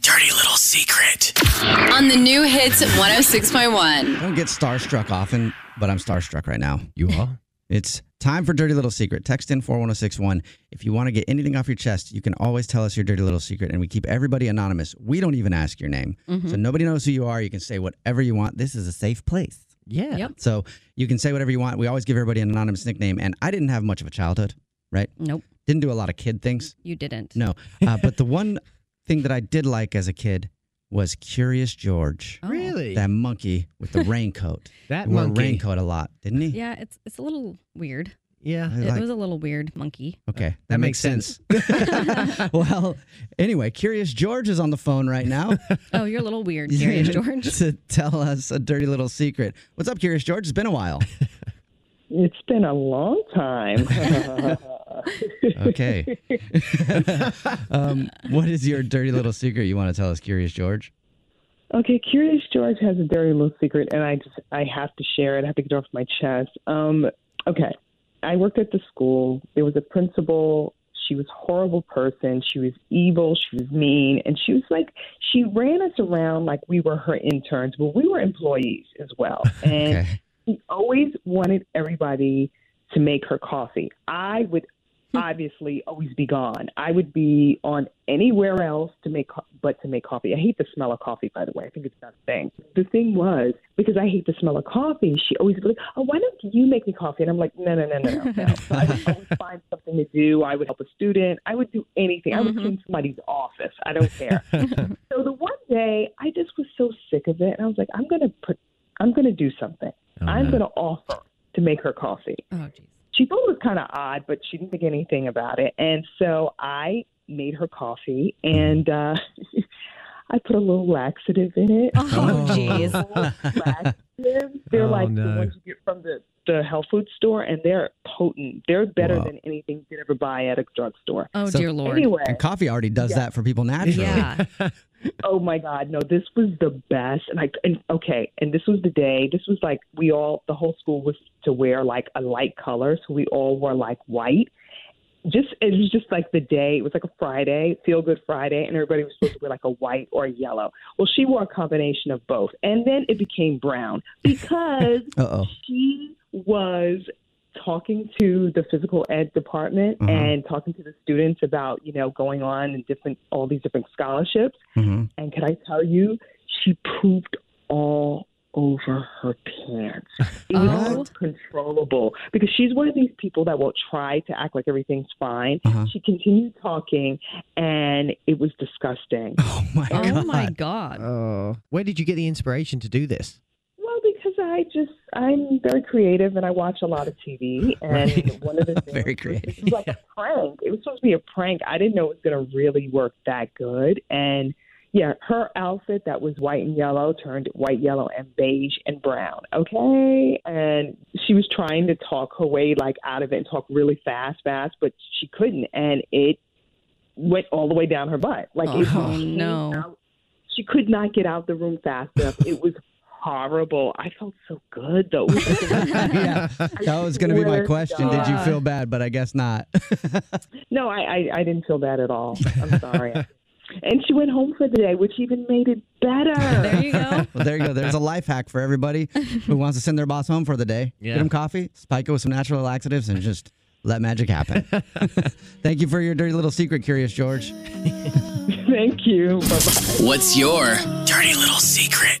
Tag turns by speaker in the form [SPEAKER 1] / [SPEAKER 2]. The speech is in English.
[SPEAKER 1] dirty little secret on the new hits 106.1.
[SPEAKER 2] I don't get starstruck often, but I'm starstruck right now.
[SPEAKER 3] You are?
[SPEAKER 2] It's time for Dirty Little Secret. Text in 41061. If you want to get anything off your chest, you can always tell us your dirty little secret, and we keep everybody anonymous. We don't even ask your name. So nobody knows who you are. You can say whatever you want. This is a safe place.
[SPEAKER 3] Yeah.
[SPEAKER 2] So you can say whatever you want. We always give everybody an anonymous nickname, and I didn't have much of a childhood, right?
[SPEAKER 4] Nope,
[SPEAKER 2] Didn't do a lot of kid things.
[SPEAKER 4] you didn't.
[SPEAKER 2] No. Uh, but the one thing that I did like as a kid was Curious George.
[SPEAKER 4] Oh.
[SPEAKER 3] Really?
[SPEAKER 2] That monkey with the raincoat.
[SPEAKER 3] That
[SPEAKER 2] He wore a
[SPEAKER 3] monkey.
[SPEAKER 2] raincoat a lot, didn't he?
[SPEAKER 4] Yeah, it's it's a little weird.
[SPEAKER 3] Yeah.
[SPEAKER 2] I
[SPEAKER 4] It
[SPEAKER 2] like-
[SPEAKER 4] was a little weird, monkey.
[SPEAKER 2] Okay, that,
[SPEAKER 3] that
[SPEAKER 2] makes
[SPEAKER 3] makes
[SPEAKER 2] sense. well, anyway, Curious George is on the phone right now
[SPEAKER 4] Oh, you're a little weird, serious George.
[SPEAKER 2] to tell us a dirty little secret. What's up, Curious George? It's been a while.
[SPEAKER 5] It's been a long time.
[SPEAKER 2] Okay. um, what is your dirty little secret you want to tell us, Curious George?
[SPEAKER 5] okay, Curious George has a dirty little secret, and I just I have to share it. I have to get it off my chest. Um, okay, I worked at the school. There was a principal. She was a horrible person. She was evil. She was mean, and she was like she ran us around like we were her interns, but we were employees as well. And
[SPEAKER 2] Okay.
[SPEAKER 5] she always wanted everybody to make her coffee. I would obviously always be gone. I would be on anywhere else to make co- but to make coffee. I hate the smell of coffee, by the way. I think it's not a thing. The thing was because I hate the smell of coffee. She always would be like, "Oh, why don't you make me coffee?" And I'm like, "No, no, no, no, no." no. so I would always find something to do. I would help a student. I would do anything. I would
[SPEAKER 4] Mm-hmm.
[SPEAKER 5] clean somebody's office. I don't care. so the one day, I just was so sick of it, and I was like, "I'm gonna put, I'm gonna do something.
[SPEAKER 3] Oh,
[SPEAKER 5] I'm gonna offer to make her coffee."
[SPEAKER 4] Oh, jeez.
[SPEAKER 5] she thought it was kind of odd, but she didn't think anything about it. And so I made her coffee and uh, I put a little laxative in it.
[SPEAKER 4] Oh, jeez.
[SPEAKER 5] Laxatives, They're
[SPEAKER 3] Oh,
[SPEAKER 5] like the
[SPEAKER 3] no.
[SPEAKER 5] ones you get from the, the health food store, and they're potent. They're better
[SPEAKER 2] Wow.
[SPEAKER 5] than anything you could ever buy at a drugstore.
[SPEAKER 4] Oh,
[SPEAKER 2] So-
[SPEAKER 4] dear lord.
[SPEAKER 5] Anyway,
[SPEAKER 2] And coffee already does
[SPEAKER 5] Yeah.
[SPEAKER 2] that for people naturally.
[SPEAKER 4] Yeah.
[SPEAKER 5] oh my God, no, this was the best. And I, and okay, and this was the day. This was like we all, the whole school was to wear like a light color, so we all wore like white. Just it was just like the day. It was like a Friday, feel good Friday, and everybody was supposed to wear like a white or a yellow. Well, she wore a combination of both, and then it became brown because
[SPEAKER 2] Uh oh.
[SPEAKER 5] she was talking to the physical ed department
[SPEAKER 2] Uh-huh.
[SPEAKER 5] and talking to the students about you know going on and different
[SPEAKER 2] Mm-hmm.
[SPEAKER 5] all these different scholarships. And can I tell you, she pooped all over her pants. It
[SPEAKER 4] Oh.
[SPEAKER 5] was uncontrollable because she's one of these people that will try to act like everything's fine. She continued talking, and it was disgusting.
[SPEAKER 3] Oh my
[SPEAKER 4] Oh my god.
[SPEAKER 3] Oh, where did you get the inspiration to do this?
[SPEAKER 5] Well, because I just I'm very creative and I watch a lot of TV. And one of the things
[SPEAKER 3] Very
[SPEAKER 5] creative. was like a prank. It was supposed to be a prank. I didn't know it was going to really work that good. And yeah, her outfit that was white and yellow turned white, yellow, and beige and brown. Okay, and she was trying to talk her way like out of it and talk really fast, fast, but she couldn't, and it went all the way down her butt. Like it
[SPEAKER 4] Oh,
[SPEAKER 5] came
[SPEAKER 4] no.
[SPEAKER 5] out- she could not get out the room fast enough. It was horrible. I felt so good though.
[SPEAKER 2] yeah, that was going to be my
[SPEAKER 5] swear to
[SPEAKER 2] question. Did you
[SPEAKER 5] God.
[SPEAKER 2] feel bad? But I guess not.
[SPEAKER 5] No, I, I, I didn't feel bad at all. I'm sorry. and she went home for the day, which even made it better.
[SPEAKER 4] you go.
[SPEAKER 2] Well, there you go. There's a life hack for everybody who wants to send their boss home for the day. Get him coffee, spike it with some natural laxatives, and just let magic happen. Thank you for your dirty little secret, Curious George.
[SPEAKER 5] Thank you.
[SPEAKER 1] What's your dirty little secret?